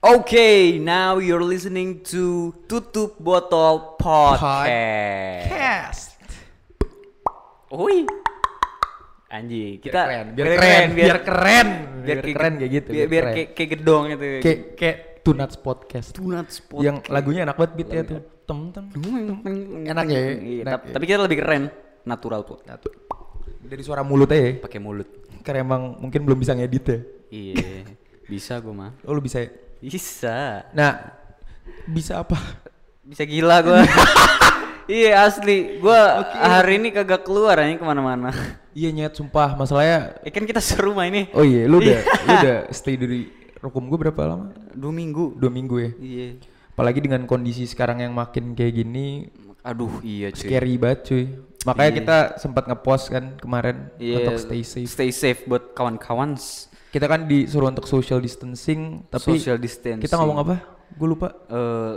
Okay, now you're listening to Tutup Botol Podcast. Cast. Ui. Anjing, kita keren, biar keren, biar keren, biar keren kayak gitu, Biar, biar biar keren. kayak, kayak gedong itu. Kayak iya. kayak Tunuts Podcast. Donuts Podcast. Yang lagunya enak banget beatnya tuh. Tem tem. Enak ya, Iya, enak tap- ya. tapi kita lebih keren, natural tuh. Nah, Dari suara mulut aja. ya. Pakai mulut. Karena emang mungkin belum bisa ngedit ya. Iya. bisa gua mah. Oh, lu bisa. ya? Bisa. Nah, bisa apa? Bisa gila gua. iya asli, gua hari ini kagak keluar anjing kemana-mana. Iya nyet sumpah masalahnya. Eh kan kita serumah ini Oh iya, lu udah lu udah stay dari rukum gue berapa lama? dua minggu. Dua minggu ya. Iya. Apalagi dengan kondisi sekarang yang makin kayak gini, Aduh, iya cuy. scary banget cuy. Makanya kita sempat ngepost kan kemarin Iya, untuk stay safe. Stay safe buat kawan-kawan. s- Kita kan disuruh untuk social distancing, tapi social distance. Eh, kita ngomong apa? Gue lupa.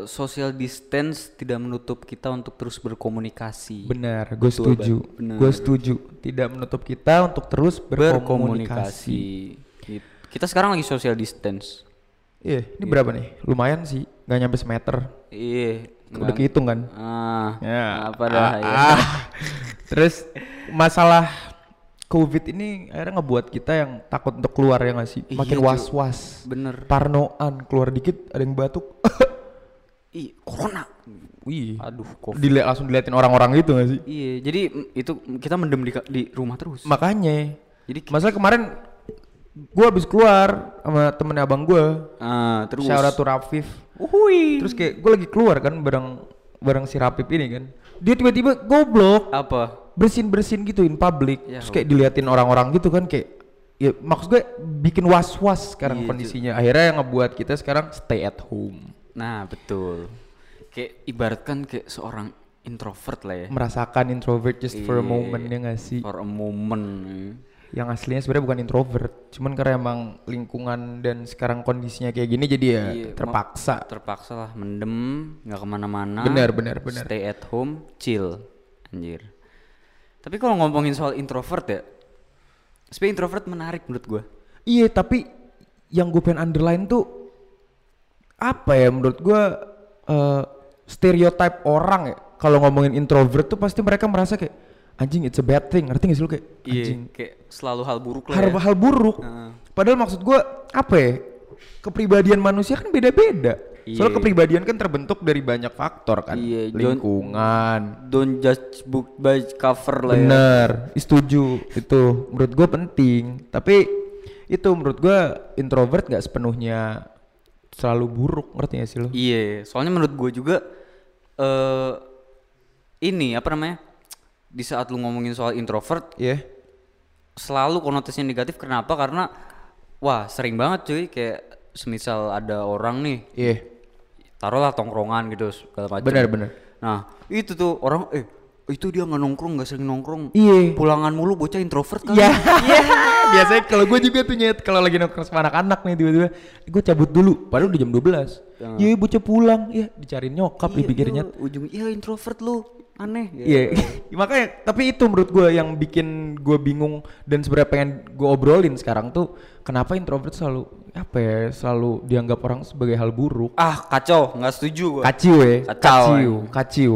social distance tidak menutup kita untuk terus berkomunikasi. Benar, gue setuju. Benar. Gue setuju. Tidak menutup kita untuk terus berkomunikasi. Berkomunikasi. Gitu. Kita sekarang lagi social distance. Iya, ini berapa nih? Lumayan sih, nggak nyampe semeter. Iya. Udah kehitung kan? Ah, Ya. apa dah Ah, ya. ah. Terus masalah COVID ini akhirnya ngebuat kita yang takut untuk keluar ya nggak sih? Iya, Makin Ju. was-was. Bener. Parnoan keluar dikit ada yang batuk. Ih, corona. Wih. Aduh, covid. Dile langsung diliatin orang-orang gitu nggak sih? Iya, jadi mm, itu mm, kita mendem di, ka- di rumah terus. Makanya. Jadi Masalah kemarin gue habis keluar sama temen abang gue. ah, terus. Shout out to Rafif. Uhuy. Terus kayak gue lagi keluar kan bareng bareng si Rapip ini kan. Dia tiba-tiba goblok, apa? bersin-bersin gitu in public. Terus kayak diliatin orang-orang gitu kan kayak ya maksud gue bikin was-was sekarang kondisinya. Akhirnya yang ngebuat kita sekarang stay at home. Nah, betul. Kayak ibaratkan kayak seorang introvert lah Eh. ya. Merasakan introvert just for a moment ya gak sih? For a moment. Yang aslinya sebenarnya bukan introvert, cuman karena emang lingkungan dan sekarang kondisinya kayak gini jadi Iya, ya terpaksa. Terpaksa lah mendem, nggak kemana-mana. Benar, benar, benar. Stay at home, chill. Anjir. Tapi kalau ngomongin soal introvert ya, sebenernya introvert menarik menurut gua Iya tapi yang gue pengen underline tuh apa ya menurut gue eh stereotype orang ya kalau ngomongin introvert tuh pasti mereka merasa kayak anjing it's a bad thing ngerti gak sih lu kayak anjing Iya, kayak selalu hal buruk lah hal, ya. hal buruk Heeh. padahal maksud gue apa ya kepribadian manusia kan beda-beda Iya. soalnya kepribadian kan terbentuk dari banyak faktor kan Iya, John- lingkungan Don't judge book by its cover lah ya. Bener, setuju itu menurut gue penting. Tapi itu menurut gue introvert nggak sepenuhnya selalu buruk ngerti gak sih lo? Iya, soalnya menurut gue juga eh ini apa namanya? Di saat lu ngomongin soal introvert, Iya. selalu konotasinya negatif. Kenapa? Karena wah sering banget cuy kayak semisal ada orang nih Iya. taruhlah tongkrongan gitu segala macam. Bener bener. Nah itu tuh orang eh itu dia nggak nongkrong nggak sering nongkrong. Iya. Pulangan mulu bocah introvert kan? Iya. Biasanya kalau gue juga tuh nyet kalau lagi nongkrong sama anak-anak nih tiba-tiba gue cabut dulu padahal udah jam 12. Iya, bocah pulang. Iya, dicariin nyokap dipikirnya. Ujung iya introvert lu aneh. Iya, makanya tapi itu menurut gue yang bikin gue bingung dan sebenarnya pengen gue obrolin sekarang tuh kenapa introvert selalu apa ya selalu dianggap orang sebagai hal buruk. Ah kacau nggak setuju gue. Kaciu ya, Kacau, kaciu, kaciu.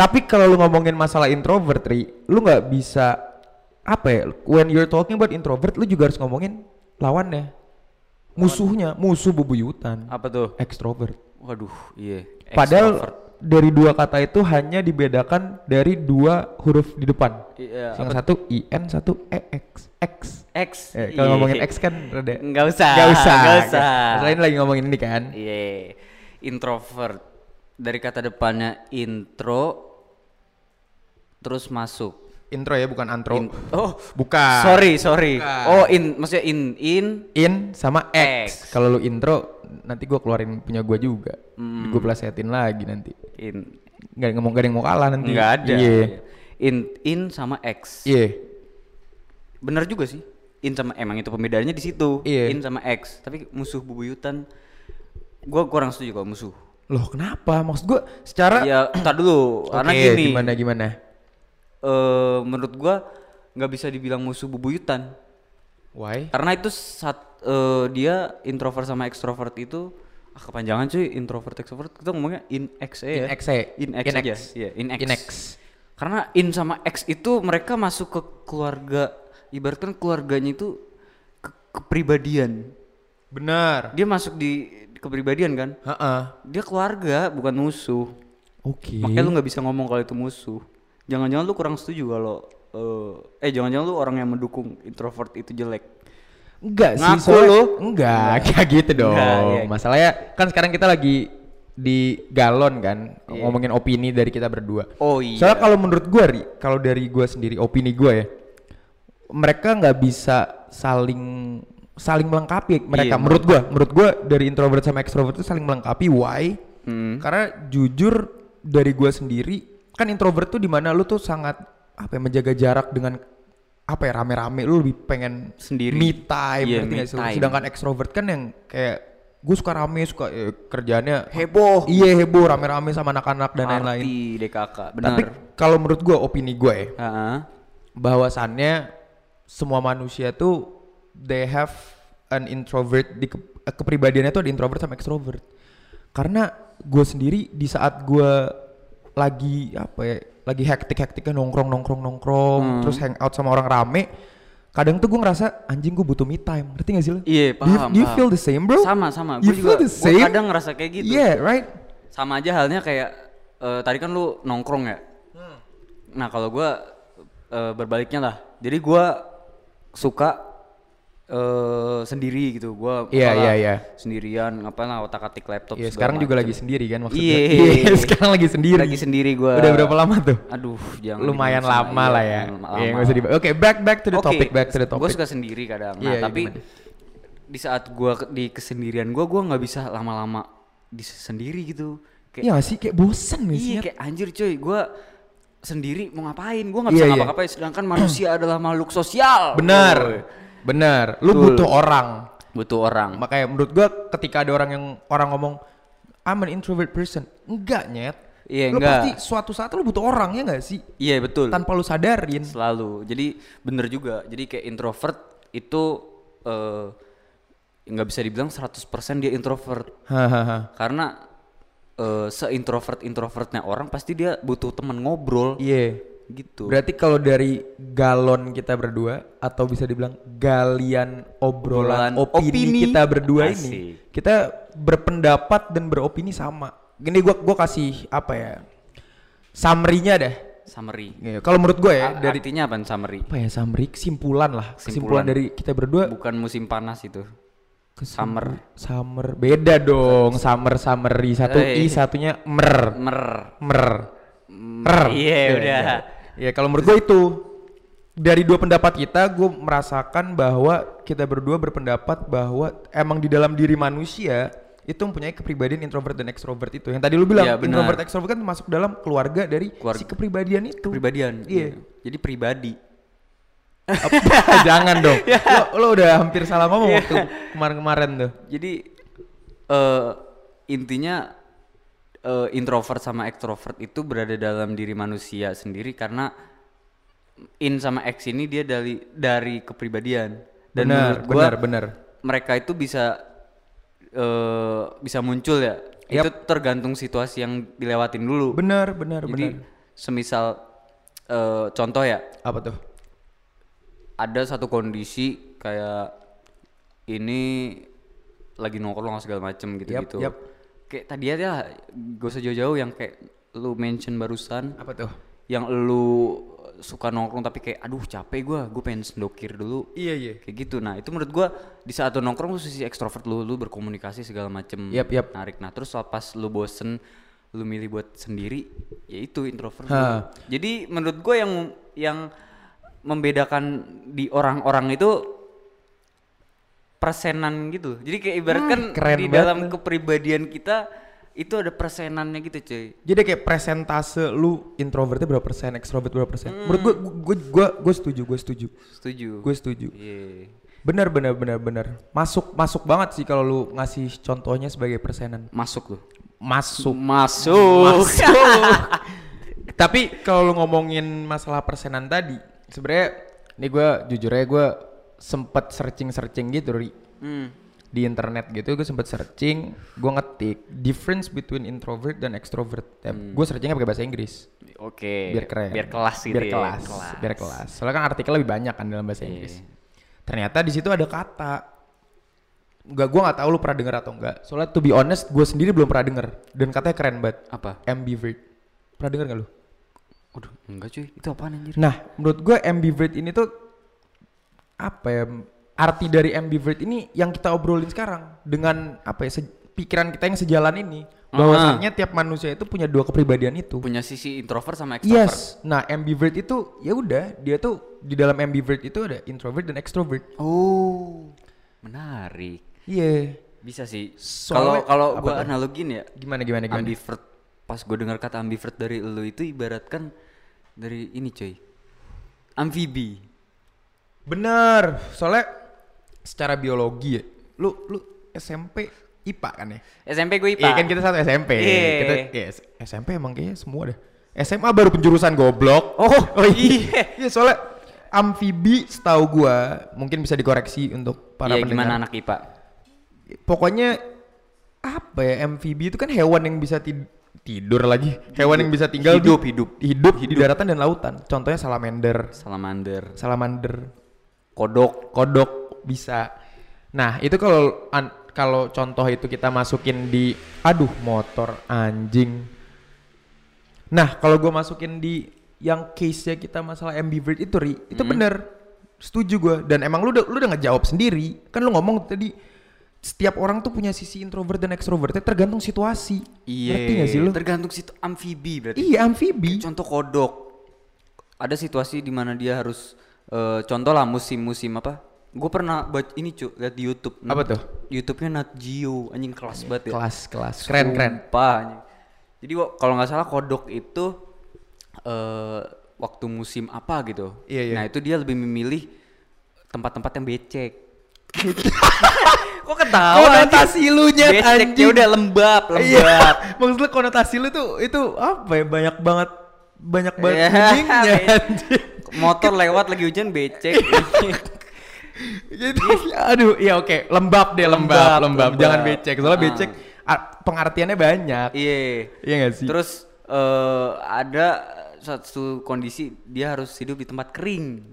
Tapi kalau lu ngomongin masalah introvert, Ri, lu nggak bisa apa ya? When you're talking about introvert, lu juga harus ngomongin lawannya, musuhnya, musuh bebuyutan, Apa tuh? extrovert. Waduh, iya. Padahal dari dua kata itu hanya dibedakan dari dua huruf di depan. Iya, Yang satu IN, satu EX. X. X. Eh, kalau Iya. ngomongin X kan rada Nggak usah, Nggak usah. nggak usah. Selain lagi ngomongin ini kan. Iya. Introvert. Dari kata depannya intro terus masuk. Intro ya bukan antro. In- oh, bukan. sorry, sorry. Bukan. Oh, in maksudnya in in In sama X. X. Kalau lu intro nanti gua keluarin punya gua juga. Hmm. Gua plesetin lagi nanti. in Gak ngomong gak ada yang mau kalah nanti. enggak ada. Iya. In in sama X. Iya. Bener juga sih. In sama emang itu pembedaannya di situ. Iya. In sama X. Tapi musuh bubuyutan gua kurang setuju kalau musuh. Loh, kenapa? Maksud gua secara Ya, entar dulu. Karena Oke, gini. gimana gimana? eh, menurut gua nggak bisa dibilang musuh bubuyutan Why? karena itu saat eh, dia introvert sama ekstrovert itu ah kepanjangan cuy introvert extrovert kita ngomongnya in X aja ya. In X aja. in X In aja X. Iya, in X. Inex. karena in sama X itu mereka masuk ke keluarga ibaratkan keluarganya itu ke- kepribadian Benar. dia masuk di di kepribadian kan Heeh. dia keluarga bukan musuh Oke. makanya lu nggak bisa ngomong kalau itu musuh jangan-jangan lu kurang setuju kalau eh, eh jangan-jangan lu orang yang mendukung introvert itu jelek Enggak sih. Ngaku soalnya- lu. Enggak, kayak gitu dong. Enggak, iya. Masalahnya kan sekarang kita lagi di galon kan ngomongin opini dari kita berdua. oh iya Soalnya kalau menurut gua Ri, kalau dari gua sendiri opini gua ya, mereka nggak bisa saling saling melengkapi Iya, mereka. menurut gua, menurut gua dari introvert sama extrovert itu saling melengkapi. Why? Hmm. Karena jujur dari gua sendiri kan introvert tuh dimana lu tuh sangat apa ya menjaga jarak dengan apa ya rame-rame lu lebih pengen Sendiri. me time, Iya, ngerti me nggak sih lu? time. sedangkan extrovert kan yang kayak gue suka rame suka eh, kerjaannya heboh iya heboh rame-rame sama anak-anak dan lain-lain Party DKK benar tapi kalau menurut gue opini gue ya, Heeh. bahwasannya semua manusia tuh they have an introvert di ke- eh, kepribadiannya tuh ada introvert sama extrovert. Karena gue sendiri di saat gue lagi apa ya, lagi hektik-hektiknya nongkrong nongkrong nongkrong, Hmm. terus hangout sama orang rame, kadang tuh gue ngerasa anjing gue butuh me time, ngerti gak sih lo? Iya, Do you- paham, Do you paham. feel the same bro? Sama, sama. Gua You feel juga- the gua same? kadang ngerasa kayak gitu. Yeah, right. sama aja halnya kayak eh, tadi kan lu nongkrong ya nah kalau gua eh, berbaliknya lah jadi gua suka eh, sendiri gitu gua Iya, malah iya, iya. sendirian ngapain lah otak atik laptop Iya, segala sekarang juga macem. lagi sendiri kan maksudnya. Iya. sekarang lagi sendiri. Lagi sendiri gua. Udah berapa lama tuh? aduh jangan lumayan dibilang sama, lama iya, lah ya. lama- Iya, lama nggak usah lah. dibahas. Oke, back back to the topic, back to the Gue topic. suka sendiri kadang. Nah, Iya, iya, tapi gimana? di saat gue di kesendirian gue, gue nggak bisa lama-lama di sendiri gitu. Kayak Iya nggak sih kayak bosen nih sih. iya, kayak anjir cuy, gue sendiri mau ngapain? Gue nggak Iya, bisa iya. ngapa-ngapain. Sedangkan manusia adalah makhluk sosial. Benar. Benar. Lu Betul. butuh orang. Butuh orang. Makanya menurut gua ketika ada orang yang orang ngomong I'm an introvert person. Enggak, nyet. Iya, lu enggak. pasti suatu saat lu butuh orang ya enggak sih? Iya betul. Tanpa lu sadarin. Selalu. Jadi bener juga. Jadi kayak introvert itu eh, nggak bisa dibilang 100% dia introvert. Hahaha. karena eh, seintrovert introvertnya orang pasti dia butuh teman ngobrol Iya. gitu Berarti kalau dari galon kita berdua atau bisa dibilang galian Obrolan obrolan, opini, opini. kita berdua ini, Asik. kita berpendapat dan beropini sama. Gini gua gua kasih apa ya? Summary-nya deh. summary Ya, Kalau menurut gue ya dari artinya apa summary apa ya summary kesimpulan lah kesimpulan, Kesimpulan. dari kita berdua bukan musim panas itu kesimpulan- summer. summer beda dong summer summary satu Eh. i satunya mer mer mer mer iya, Ya, udah. ya. ya kalau menurut gue itu dari dua pendapat kita gue merasakan bahwa kita berdua berpendapat bahwa emang di dalam diri manusia itu mempunyai kepribadian introvert dan ekstrovert itu yang tadi lu bilang Iya, benar. introvert ekstrovert kan masuk dalam keluarga dari Keluarga. si kepribadian itu kepribadian Iya. jadi pribadi Apa? Eh, Jangan dong. Iya. Lo, lo udah hampir salah ngomong waktu kemarin-kemarin tuh. jadi eh intinya eh, introvert sama extrovert itu berada dalam diri manusia sendiri karena in sama x ini dia dari dari kepribadian dan Benar, menurut gua benar, benar. mereka itu bisa eh bisa muncul ya. Itu tergantung situasi yang dilewatin dulu. Benar, benar, Jadi benar. semisal eh, contoh ya, Apa tuh? ada satu kondisi kayak ini lagi nongkrong segala macem gitu gitu. yap. Kayak tadi aja gak usah jauh-jauh yang kayak lu mention barusan Apa tuh? yang lu suka nongkrong tapi kayak aduh capek gua, gua pengen sendokir dulu Iya, iya. kayak gitu nah itu menurut gua di saat lu nongkrong lu sisi ekstrovert lu lu berkomunikasi segala macem Yap, yap. narik nah terus pas lu bosen lu milih buat sendiri ya itu introvert lu. Ha. jadi menurut gua yang yang membedakan di orang-orang itu persenan gitu jadi kayak ibaratkan Hmm, keren di banget dalam kepribadian kita itu ada persenannya gitu cuy Jadi kayak presentase lu introvertnya berapa persen, ekstrovert berapa persen. Menurut gue, gue, gue, gue setuju, gue setuju, setuju gue setuju. Iya. Benar, benar, benar, benar. Masuk, masuk banget sih kalau lu ngasih contohnya sebagai persenan. masuk lu Masuk. masuk Tapi kalau lu ngomongin masalah persenan tadi, sebenarnya ini gue jujur aja gue sempet searching-searching gitu, Ri. Hmm. di internet gitu gue sempet searching gue ngetik difference between introvert dan extrovert gue searchingnya pakai bahasa Inggris Oke. biar keren Biar kelas gitu. biar ya, kelas, biar kelas soalnya kan artikel lebih banyak kan dalam bahasa Iya. Inggris ternyata di situ ada kata nggak gue nggak tahu lu pernah denger atau enggak soalnya to be honest gue sendiri belum pernah denger dan katanya keren banget Apa? ambivert pernah denger nggak lu Waduh, enggak cuy. Itu apaan anjir? nah menurut gue ambivert ini tuh apa ya arti dari ambivert ini yang kita obrolin sekarang dengan apa ya se- pikiran kita yang sejalan ini Ah. bahwasannya tiap manusia itu punya dua kepribadian itu Punya sisi introvert sama extrovert. Yes. Nah, ambivert itu ya udah dia tuh di dalam ambivert itu ada introvert dan extrovert. Oh. Menarik. Iya. Bisa sih. Kalau Soalnya- kalau apa gua tuh? analogin ya, Gimana gimana gimana? ambivert pas gue dengar kata ambivert dari lu itu ibaratkan dari ini cuy amfibi Bener. Soalnya secara biologi ya. Lu lu SMP IPA kan ya? SMP gue IPA Iya kan kita satu SMP. Iya. Kita iya, S- SMP emang kayaknya semua dah. SMA baru penjurusan goblok. Oh, iya. Iya soalnya amfibi setahu gua mungkin bisa dikoreksi untuk para Iya, pendengar. gimana anak IPA pokoknya apa ya amfibi itu kan hewan yang bisa tid- tidur lagi hewan yang bisa tinggal Hidup, di, hidup. hidup di daratan dan lautan contohnya salamander salamander salamander kodok kodok bisa nah itu kalau an- kalau contoh itu kita masukin di aduh motor anjing nah kalau gue masukin di yang case nya kita masalah ambivert itu ri itu bener setuju gue dan emang lu udah lu udah ngejawab sendiri kan lu ngomong tadi setiap orang tuh punya sisi introvert dan extrovertnya tergantung situasi Iya. ngerti gak sih lu tergantung situ amfibi berarti iya amfibi contoh kodok ada situasi di mana dia harus eh, contoh lah musim-musim apa gue pernah baca ini cuy lihat di YouTube Apa tuh? YouTube-nya Nat Geo anjing kelas banget ya kelas kelas keren keren Sumpah, anjing. Jadi wa- kalau nggak salah kodok itu eh waktu musim apa gitu. Iya, iya. Nah itu dia lebih memilih tempat-tempat yang becek. Kok ketawa? Konotasi anjing? lu, Nyet, Becek anjing. ya udah lembab, Iya. lembab. Maksud lu konotasi lu tuh itu apa ya? Banyak banget banyak Ya, banget kucingnya becek. anjing. Motor lewat lagi hujan becek. Iya. Jadi aduh, ya oke, lembab deh, Lembab, lembab, lembab, lembab. Jangan becek. Soalnya Ah. becek a- pengertiannya banyak. Iya. Iya gak sih? Terus eh ada satu kondisi dia harus hidup di tempat kering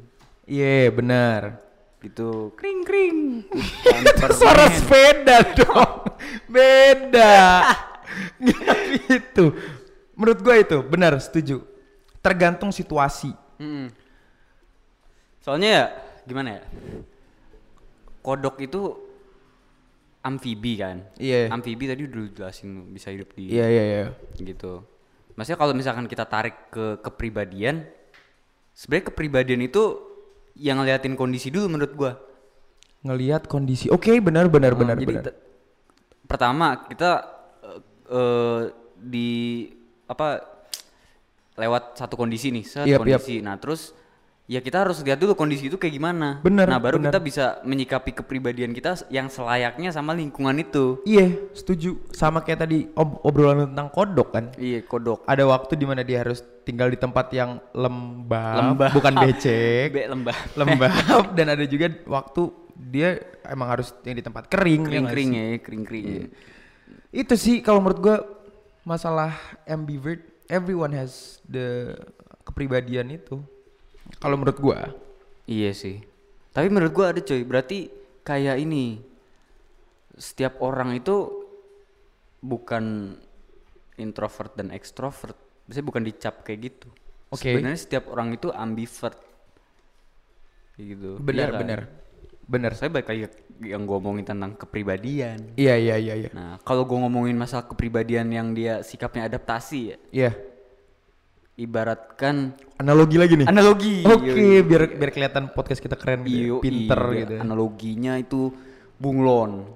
Iya, benar. gitu kering kering Itu suara sepeda dong. Beda. Nggak gitu. Menurut gue itu benar, setuju. Tergantung situasi. Mm-mm. Soalnya ya gimana ya? Kodok itu amfibi kan? Iya. Amfibi tadi udah lu jelasin bisa hidup di Iya, iya, iya. gitu. Maksudnya kalau misalkan kita tarik ke kepribadian, sebenarnya kepribadian itu yang ngeliatin kondisi dulu menurut gua. Ngelihat kondisi. Oke, benar benar benar Ah, Jadi benar. te- pertama kita eh, eh, di apa lewat satu kondisi nih, set Yap, yap. kondisi. Nah, terus ya kita harus lihat dulu kondisi itu kayak gimana. Bener, Nah, baru bener. kita bisa menyikapi kepribadian kita s- yang selayaknya sama lingkungan itu. Iya, setuju. Sama kayak tadi ob- obrolan tentang kodok kan. Iya, kodok. Ada waktu di mana dia harus tinggal di tempat yang lembab, Lembab. bukan becek, Be lembah. Iya, lembab dan ada juga waktu dia emang harus yang di tempat kering, ya nggak Kering-kering sih? ya, kering-kering. Iya. Itu sih kalau menurut gua masalah ambivert, everyone has the kepribadian itu. Kalau menurut gua, Iya sih. Tapi menurut gua ada coy, berarti kayak ini. Setiap orang itu bukan introvert dan ekstrovert. Biasanya bukan dicap kayak gitu. Oke. Sebenarnya setiap orang itu ambivert. Kayak gitu. Iya benar kan? benar. Benar. Saya balik lagi ke yang gua omongin tentang kepribadian. Iya iya iya iya. Nah, kalau gua ngomongin masalah kepribadian yang dia sikapnya adaptasi ya, Iya. ibaratkan Analogi lagi nih. analogi. Eh. Oke, Yoi. biar biar kelihatan podcast kita keren, gitu ya, Iyo, pinter iya, gitu. ya. Analoginya itu bunglon.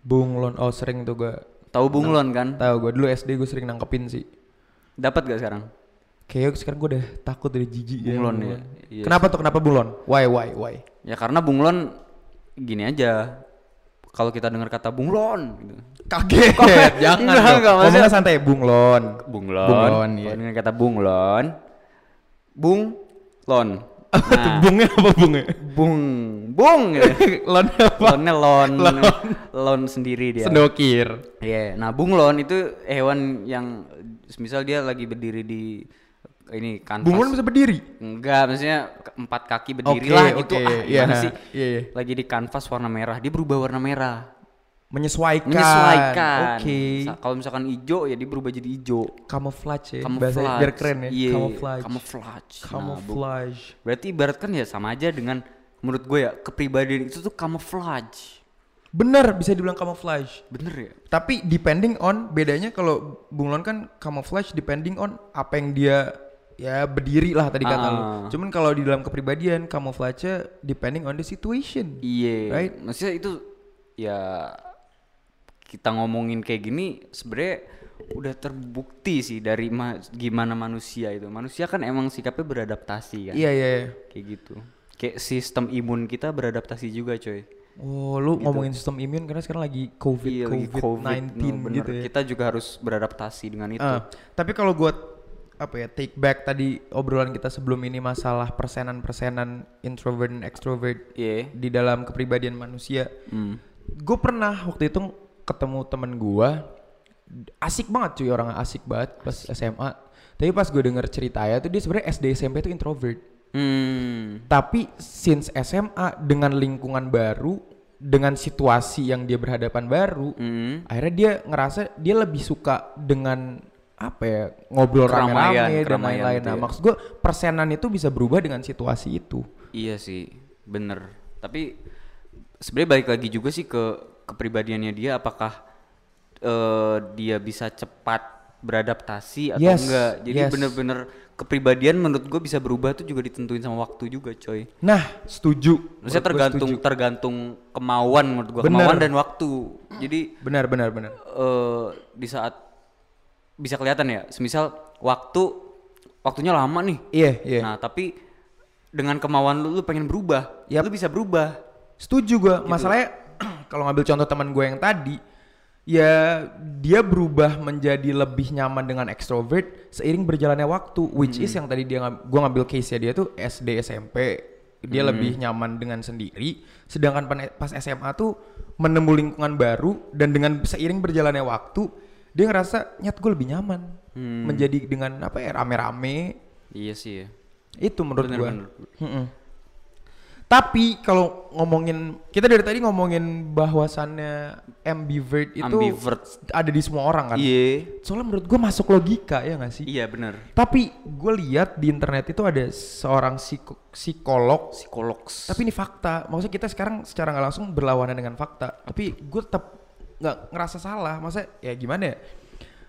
Bunglon, oh sering tuh gue Tahu bunglon kan? tahu gue dulu SD gue sering nangkepin sih. Dapat gak sekarang? Kayak sekarang gue udah takut dari jijik ya. Bunglon ya, iya. Kenapa tuh kenapa bunglon? Why why why? Ya karena bunglon gini aja. Kalau kita dengar kata bunglon gitu. Kaget. Enggak, jangan dong. enggak, maksudnya- Ngomongnya santai bunglon. Bunglon. Bunglon, iya. Kalau dengar kata bunglon, bunglon. Nah, Bungnya apa bungnya? bung, bung, gitu. Lon apa? Lonnya lon, lon sendiri dia. Sendokir. Iya, nah bunglon itu hewan yang semisal dia lagi berdiri di ini kanvas. Bunglon bisa berdiri. Enggak, maksudnya ke- empat kaki berdiri lah gitu. oke, Ah, iya, gimana sih? iya, iya. Lagi di kanvas warna merah, dia berubah warna merah. Menyesuaikan. Menyesuaikan. Kan, Oke. Sa- Kalau misalkan hijau ya dia berubah jadi hijau. Camouflage ya. Kamu Bahasa biar keren ya. Iya, Camouflage. camouflage. Nah, bu- Camouflage. berarti ibarat kan ya sama aja dengan menurut gue ya kepribadian itu tuh camouflage. Bener bisa dibilang camouflage. Bener ya? Tapi depending on bedanya kalau bunglon kan camouflage depending on apa yang dia ya berdiri lah tadi kata lu. Ah. Cuman kalau di dalam kepribadian camouflage depending on the situation. Iya. Right? Maksudnya itu ya kita ngomongin kayak gini sebenarnya udah terbukti sih dari ma- gimana manusia itu. Manusia kan emang sikapnya beradaptasi kan. Iya iya. iya. Kayak gitu. Kayak sistem imun kita beradaptasi juga, coy. Oh, lu ngomongin sistem imun karena sekarang lagi COVID Gitu. Iya, lagi COVID-19 COVID, no, bener. gitu ya. Kita juga harus beradaptasi dengan itu. Ah, tapi kalau gua apa ya take back tadi obrolan kita sebelum ini masalah persenan-persenan introvert dan extrovert Iya. di dalam kepribadian manusia. Hmm. Gue pernah waktu itu ketemu temen gua asik banget cuy orang asik banget pas SMA. Tapi pas gue denger ceritanya tuh dia sebenarnya SD SMP tuh introvert. Hmm. Tapi since SMA dengan lingkungan baru, dengan situasi yang dia berhadapan baru, Hmm. akhirnya dia ngerasa dia lebih suka dengan apa ya ngobrol Keramaian, rame-rame dan keramaian lain-lain. gitu Nah, ya. maksud gue persenan itu bisa berubah dengan situasi itu. Iya sih, bener. Tapi sebenarnya balik lagi juga sih ke kepribadiannya dia, apakah eh, dia bisa cepat beradaptasi atau Yes, enggak. Jadi yes. bener-bener kepribadian menurut gue bisa berubah tuh juga ditentuin sama waktu juga, coy. Nah, setuju. Maksudnya Menurut gua tergantung setuju. tergantung kemauan menurut gue, Bener. kemauan dan waktu. Jadi Benar, benar, benar. eh di saat bisa kelihatan ya, semisal waktu waktunya lama nih. Iya, iya. Nah, tapi dengan kemauan lu, lu pengen berubah, ya Yap. lu bisa berubah. Setuju gue. Masalahnya kalau ngambil contoh teman gue yang tadi, ya dia berubah menjadi lebih nyaman dengan extrovert seiring berjalannya waktu, which is yang tadi dia ngam- gue ngambil case nya dia tuh SD SMP dia lebih nyaman dengan sendiri, sedangkan pan- pas SMA tuh menemu lingkungan baru dan dengan seiring berjalannya waktu dia ngerasa nyat gue lebih nyaman menjadi dengan apa ya rame-rame Iya sih ya. itu menurut Bener, gua. bener. Mm-mm. Tapi kalau ngomongin kita dari tadi ngomongin bahwasannya ambivert itu Ambivert. ada di semua orang kan. Iya. Soalnya menurut gua masuk logika ya gak sih? Iya bener. Tapi gue lihat di internet itu ada seorang psiko- psikolog Psikolog. tapi ini fakta maksudnya kita sekarang secara nggak langsung berlawanan dengan fakta tapi gue tetap nggak ngerasa salah masa ya gimana ya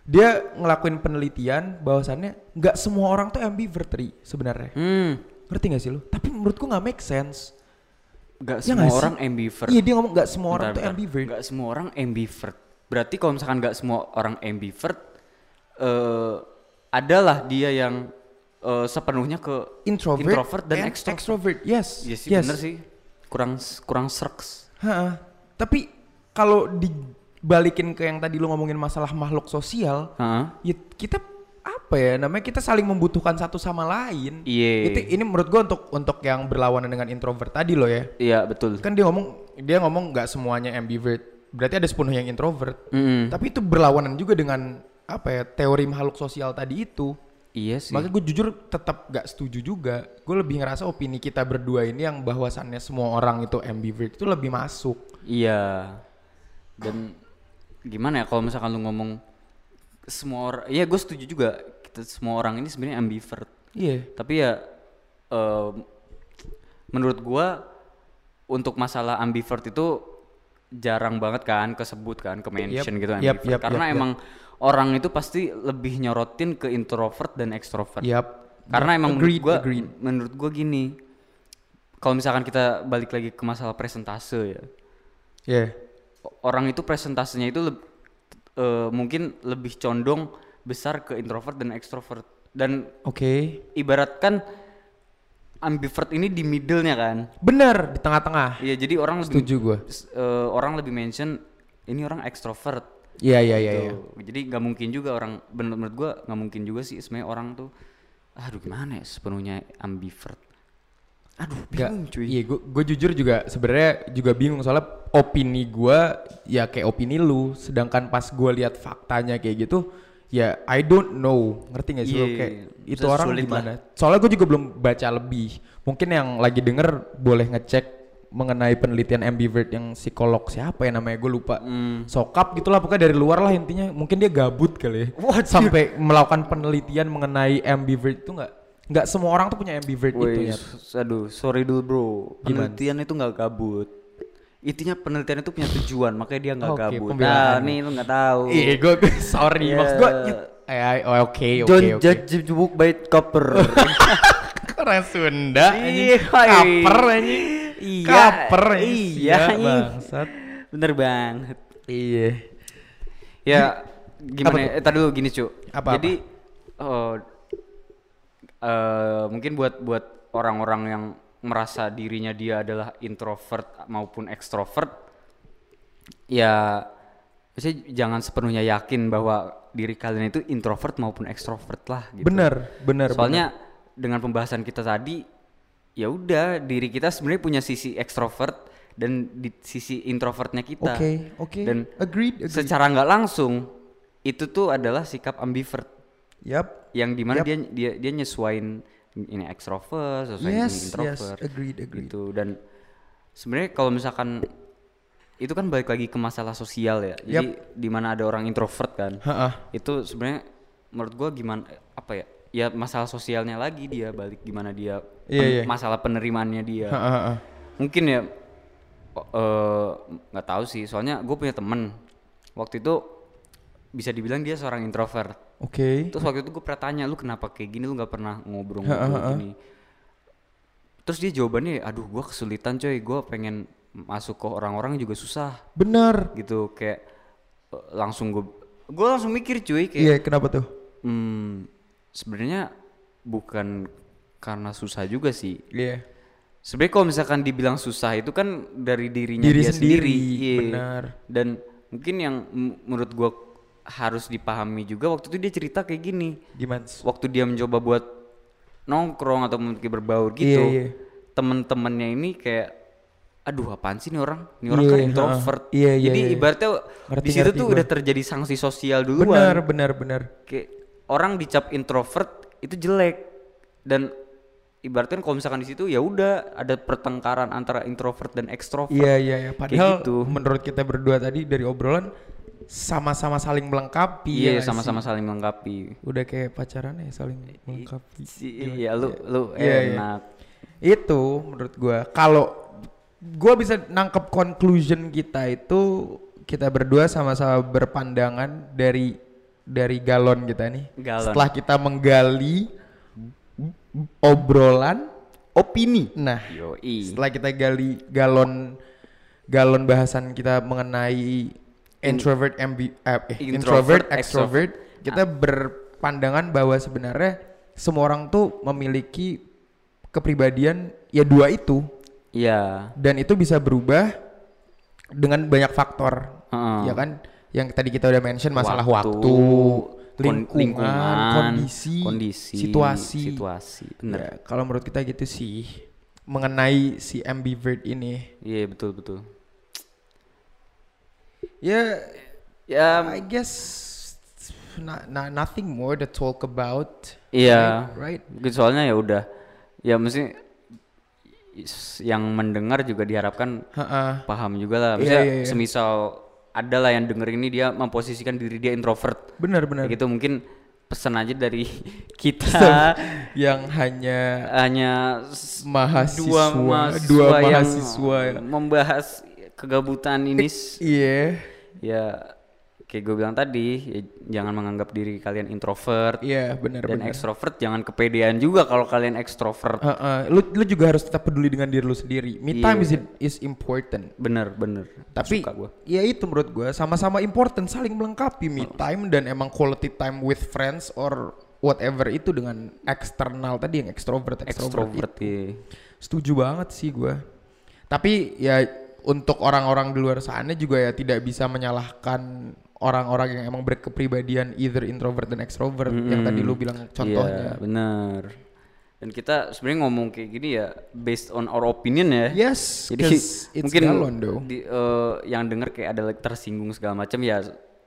dia ngelakuin penelitian bahwasannya nggak semua orang tuh ambivert Ri, sebenarnya Hmm. ngerti gak sih lo tapi menurutku nggak make sense Gak Ya semua nggak sih? orang ambivert. iya dia ngomong nggak semua orang Bentar, tuh bentar. ambivert Nggak semua orang ambivert. Berarti kalau misalkan gak semua orang ambivert, eh adalah dia yang eh, sepenuhnya ke introvert, introvert dan and extrovert. yes Iya sih yes. bener sih. Kurang kurang serks. Ha-ha. tapi kalau dibalikin ke yang tadi lo ngomongin masalah makhluk sosial Hah? ya kita apa ya namanya kita saling membutuhkan satu sama lain. Iya. Itu ini menurut gua untuk untuk yang berlawanan dengan introvert tadi loh ya. Iya betul. Kan dia ngomong dia ngomong nggak semuanya ambivert. Berarti ada sepenuhnya yang introvert. Mm-mm. Tapi itu berlawanan juga dengan apa ya teori makhluk sosial tadi itu. Iya sih. Makanya gue jujur tetap gak setuju juga. Gue lebih ngerasa opini kita berdua ini yang bahwasannya semua orang itu ambivert itu lebih masuk. Iya. Dan gimana ya kalau misalkan lu ngomong semua orang, ya gue setuju juga kita semua orang ini sebenarnya ambivert. Iya. Tapi ya em, menurut gua untuk masalah ambivert itu jarang banget kan kesebut kan ke mention gitu yep, ambivert yep, karena yep, emang orang itu pasti lebih nyorotin ke introvert dan extrovert. Yap. Karena emang Agreed, menurut gue agreed. menurut gua gini. Kalau misalkan kita balik lagi ke masalah presentase ya Iya. orang itu presentasenya itu leb- eh, mungkin lebih condong besar ke introvert dan ekstrovert dan Oke. ibaratkan ambivert ini di middle-nya kan Bener di tengah-tengah. iya jadi orang lebih Setuju gue. s- eh, orang lebih mention ini orang ekstrovert Iya iya iya. iya. Tuh. jadi nggak mungkin juga orang bener menurut gua nggak mungkin juga sih sebenarnya orang tuh aduh gimana ya sepenuhnya ambivert aduh Nggak- bingung cuy Iya, gue jujur juga sebenarnya juga bingung soalnya opini gue ya kayak opini lu, sedangkan pas gue lihat faktanya kayak gitu, ya I don't know, ngerti gak sih lu? Iya, kayak iya. itu Maksudnya orang sulit gimana? Soalnya gue juga belum baca lebih. Mungkin yang lagi denger boleh ngecek mengenai penelitian ambivert yang psikolog siapa ya namanya gue lupa Hmm. sokap gitulah pokoknya dari luar lah intinya mungkin dia gabut kali ya Waduh. sampai melakukan penelitian mengenai ambivert itu nggak nggak semua orang tuh punya ambivert itu Wih, ya s- aduh, sorry dulu bro. Gimana? Penelitian itu nggak kabut. Intinya penelitian itu punya tujuan, makanya dia nggak Oke, kabut. pembelaan. Nah, nih lu nggak tahu. Iya, gue sorry. Iya. Maksud gue, eh, oh, oke, oke, Don't oke. judge a book by its cover. Orang Sunda, anjing. Iya, iya. kaper anjing, Iya, kaper anjing. iya, Sia, anjing. bangsat. Bener banget. Iya. Ya Apa gimana? ya? tuh? Eh, tadi dulu gini cu. Apa-apa? Jadi eh, eh, mungkin buat buat orang-orang yang merasa dirinya dia adalah introvert maupun ekstrovert, ya maksudnya jangan sepenuhnya yakin bahwa diri kalian itu introvert maupun ekstrovert lah. Gitu. Bener, bener. Soalnya dengan pembahasan kita tadi, ya udah diri kita sebenarnya punya sisi ekstrovert dan di sisi introvertnya bener. kita. oke, oke. Dan Agreed, agreed. secara nggak langsung itu tuh adalah sikap ambivert Yap. yang dimana dia dia dia nyesuain ini ekstrovert, sesuai Yes, ini yes. introvert Agreed, agreed. gitu dan sebenarnya kalau misalkan itu kan balik lagi ke masalah sosial ya. Jadi dimana ada orang introvert kan. Heeh. Itu sebenarnya menurut gua gimana apa ya? Ya masalah sosialnya lagi dia balik gimana dia Iya, pen- iya. masalah penerimaannya dia Heeh, heeh. mungkin ya o- eh, nggak tahu sih soalnya gue punya temen waktu itu bisa dibilang dia seorang introvert Oke. terus waktu itu gue pernah tanya lu kenapa kayak gini lu nggak pernah ngobrol-ngobrol gini terus dia jawabannya aduh gue kesulitan coy gue pengen masuk ke orang-orang juga susah Bener. gitu kayak eh, langsung gue gue langsung mikir cuy kayak Iya, kenapa tuh? "Hmm, sebenarnya bukan karena susah juga sih Iya. Sebenarnya kalau misalkan dibilang susah itu kan dari dirinya Diri dia sendiri. sendiri, Iya. benar. Dan mungkin yang m- menurut gua harus dipahami juga waktu itu dia cerita kayak gini. Gimana? Waktu dia mencoba buat nongkrong atau mungkin berbaur gitu. Iya, iya. Temen-temennya ini kayak aduh apaan sih nih orang? Ini orang Iya, kan ha-ha. introvert. Iya, iya, Jadi iya. ibaratnya Ngerti, di situ ngerti tuh gua. udah terjadi sanksi sosial duluan Bener, bener, bener. kayak orang dicap introvert itu jelek dan ibaratnya kalau misalkan di situ ya udah ada pertengkaran antara introvert dan ekstrovert. Iya iya iya. Padahal gitu. menurut kita berdua tadi dari obrolan sama-sama saling melengkapi. ya Iya, nggak sih? sama-sama saling melengkapi. Udah kayak pacaran ya saling melengkapi. Si- Iya, lu lu Iya, iya. enak. Itu menurut gua kalau gua bisa nangkep conclusion kita itu kita berdua sama-sama berpandangan dari dari galon kita nih. Galon. Setelah kita menggali obrolan opini. Nah, Yoi. setelah kita gali galon galon bahasan kita mengenai introvert ambi, eh, eh, Introvert, Ah. introvert extrovert kita berpandangan bahwa sebenarnya semua orang tuh memiliki kepribadian ya dua itu Iya. dan itu bisa berubah dengan banyak faktor Heeh. ya kan yang tadi kita udah mention masalah Ah. waktu, Waktu, kon- lingkungan, lingkungan, kondisi, kondisi, situasi situasi, bener. Ya, kalau menurut kita gitu sih mengenai si ambivert ini Iya, betul betul. Ya, Ya, I guess not, not, nothing more to talk about. iya. Right? Mungkin soalnya ya udah. Ya mesti yang mendengar juga diharapkan Ha-ha. paham juga lah. Iya, Misalnya iya, iya. semisal ada lah yang denger ini dia memposisikan diri dia introvert. Benar benar. Kayak gitu mungkin pesan aja dari kita Yang hanya hanya s- mahasiswa, dua mahasiswa, dua yang mahasiswa. ya. membahas kegabutan ini s- Iya. ya kayak gue bilang tadi ya jangan menganggap diri kalian introvert Iya, benar dan benar. Ah. ekstrovert jangan kepedean juga kalau kalian ekstrovert. Ha-ha. Lu lu juga harus tetap peduli dengan diri lu sendiri. Iya. Me time is is important. Bener bener. Tapi Suka gua. ya itu menurut gua sama-sama important saling melengkapi me Oh. time dan emang quality time with friends or whatever itu dengan eksternal tadi yang ekstrovert ekstrovert ekstrovert iya. Setuju banget sih gue. Tapi ya untuk orang-orang di luar sana juga ya tidak bisa menyalahkan orang-orang yang emang berkepribadian either introvert dan extrovert yang tadi lu Iya, bilang contohnya. bener. dan kita sebenarnya ngomong kayak gini ya based on our opinion ya Iya, Yes, jadi 'cause it's mungkin galon though. di- eh, yang denger kayak ada like tersinggung segala macam ya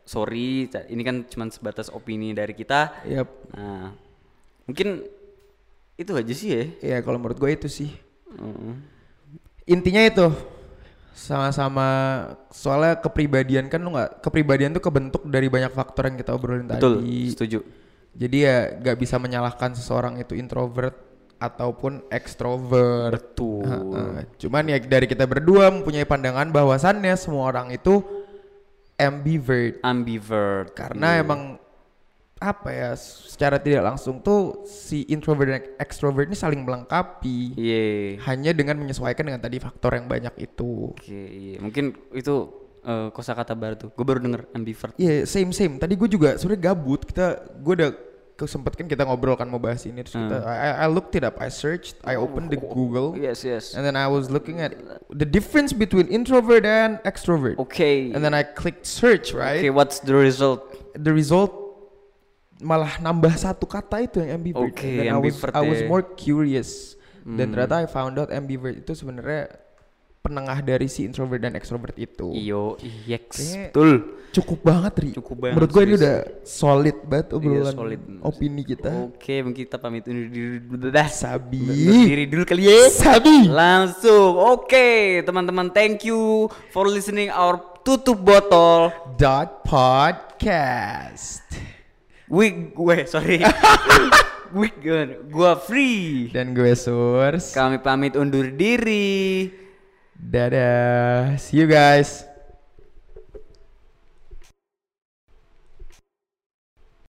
sorry ca- ini kan cuma sebatas opini dari kita Yap. nah mungkin itu aja sih ya Ya kalau menurut gue itu sih. Heeh. Intinya itu sama-sama soalnya kepribadian kan lu nggak kepribadian tuh kebentuk dari banyak faktor yang kita obrolin betul tadi. setuju Jadi ya nggak bisa menyalahkan seseorang itu introvert ataupun ekstrovert. betul Heeh. Cuman ya dari kita berdua mempunyai pandangan bahwasannya semua orang itu ambivert ambivert Iya. karena emang apa ya secara tidak langsung tuh si introvert dan extrovert ini saling melengkapi Iya. hanya dengan menyesuaikan dengan tadi faktor yang banyak itu. Oke, iya. mungkin itu eh, kosakata baru tuh. Gue baru denger ambivert. Iya, same same. Tadi gue juga sebenarnya gabut. Kita gue udah kesempet kan kita ngobrol kan mau bahas ini terus kita I, I looked it up, I searched, I opened the Google Hmm. Oh. Yes, yes. Oh, and then I was looking at the difference between introvert and extrovert. Oke. And then I clicked search, Oke, right? what's the result? The result malah nambah satu kata itu yang ambivert. Oke, And then I was, ambivert I was ya. Hmm. more curious. Dan ternyata I found out ambivert itu sebenarnya penengah dari si introvert dan extrovert itu. Io, IX. Kayaknya- Betul. Cukup banget, Ri. Cukup banget, Menurut gue ini serius. Iya, udah solid banget obrolan solid. Oh. opini kita. Oke, mungkin kita pamit undur diri dulu dah. Sabi. Undur diri dulu kali ya. Sabi. Langsung. Oke, teman-teman, thank you for listening our tutup botol. Dot podcast. We gue sorry. We gua free. Dan gue Surs. Kami pamit undur diri. Dadah. See you guys.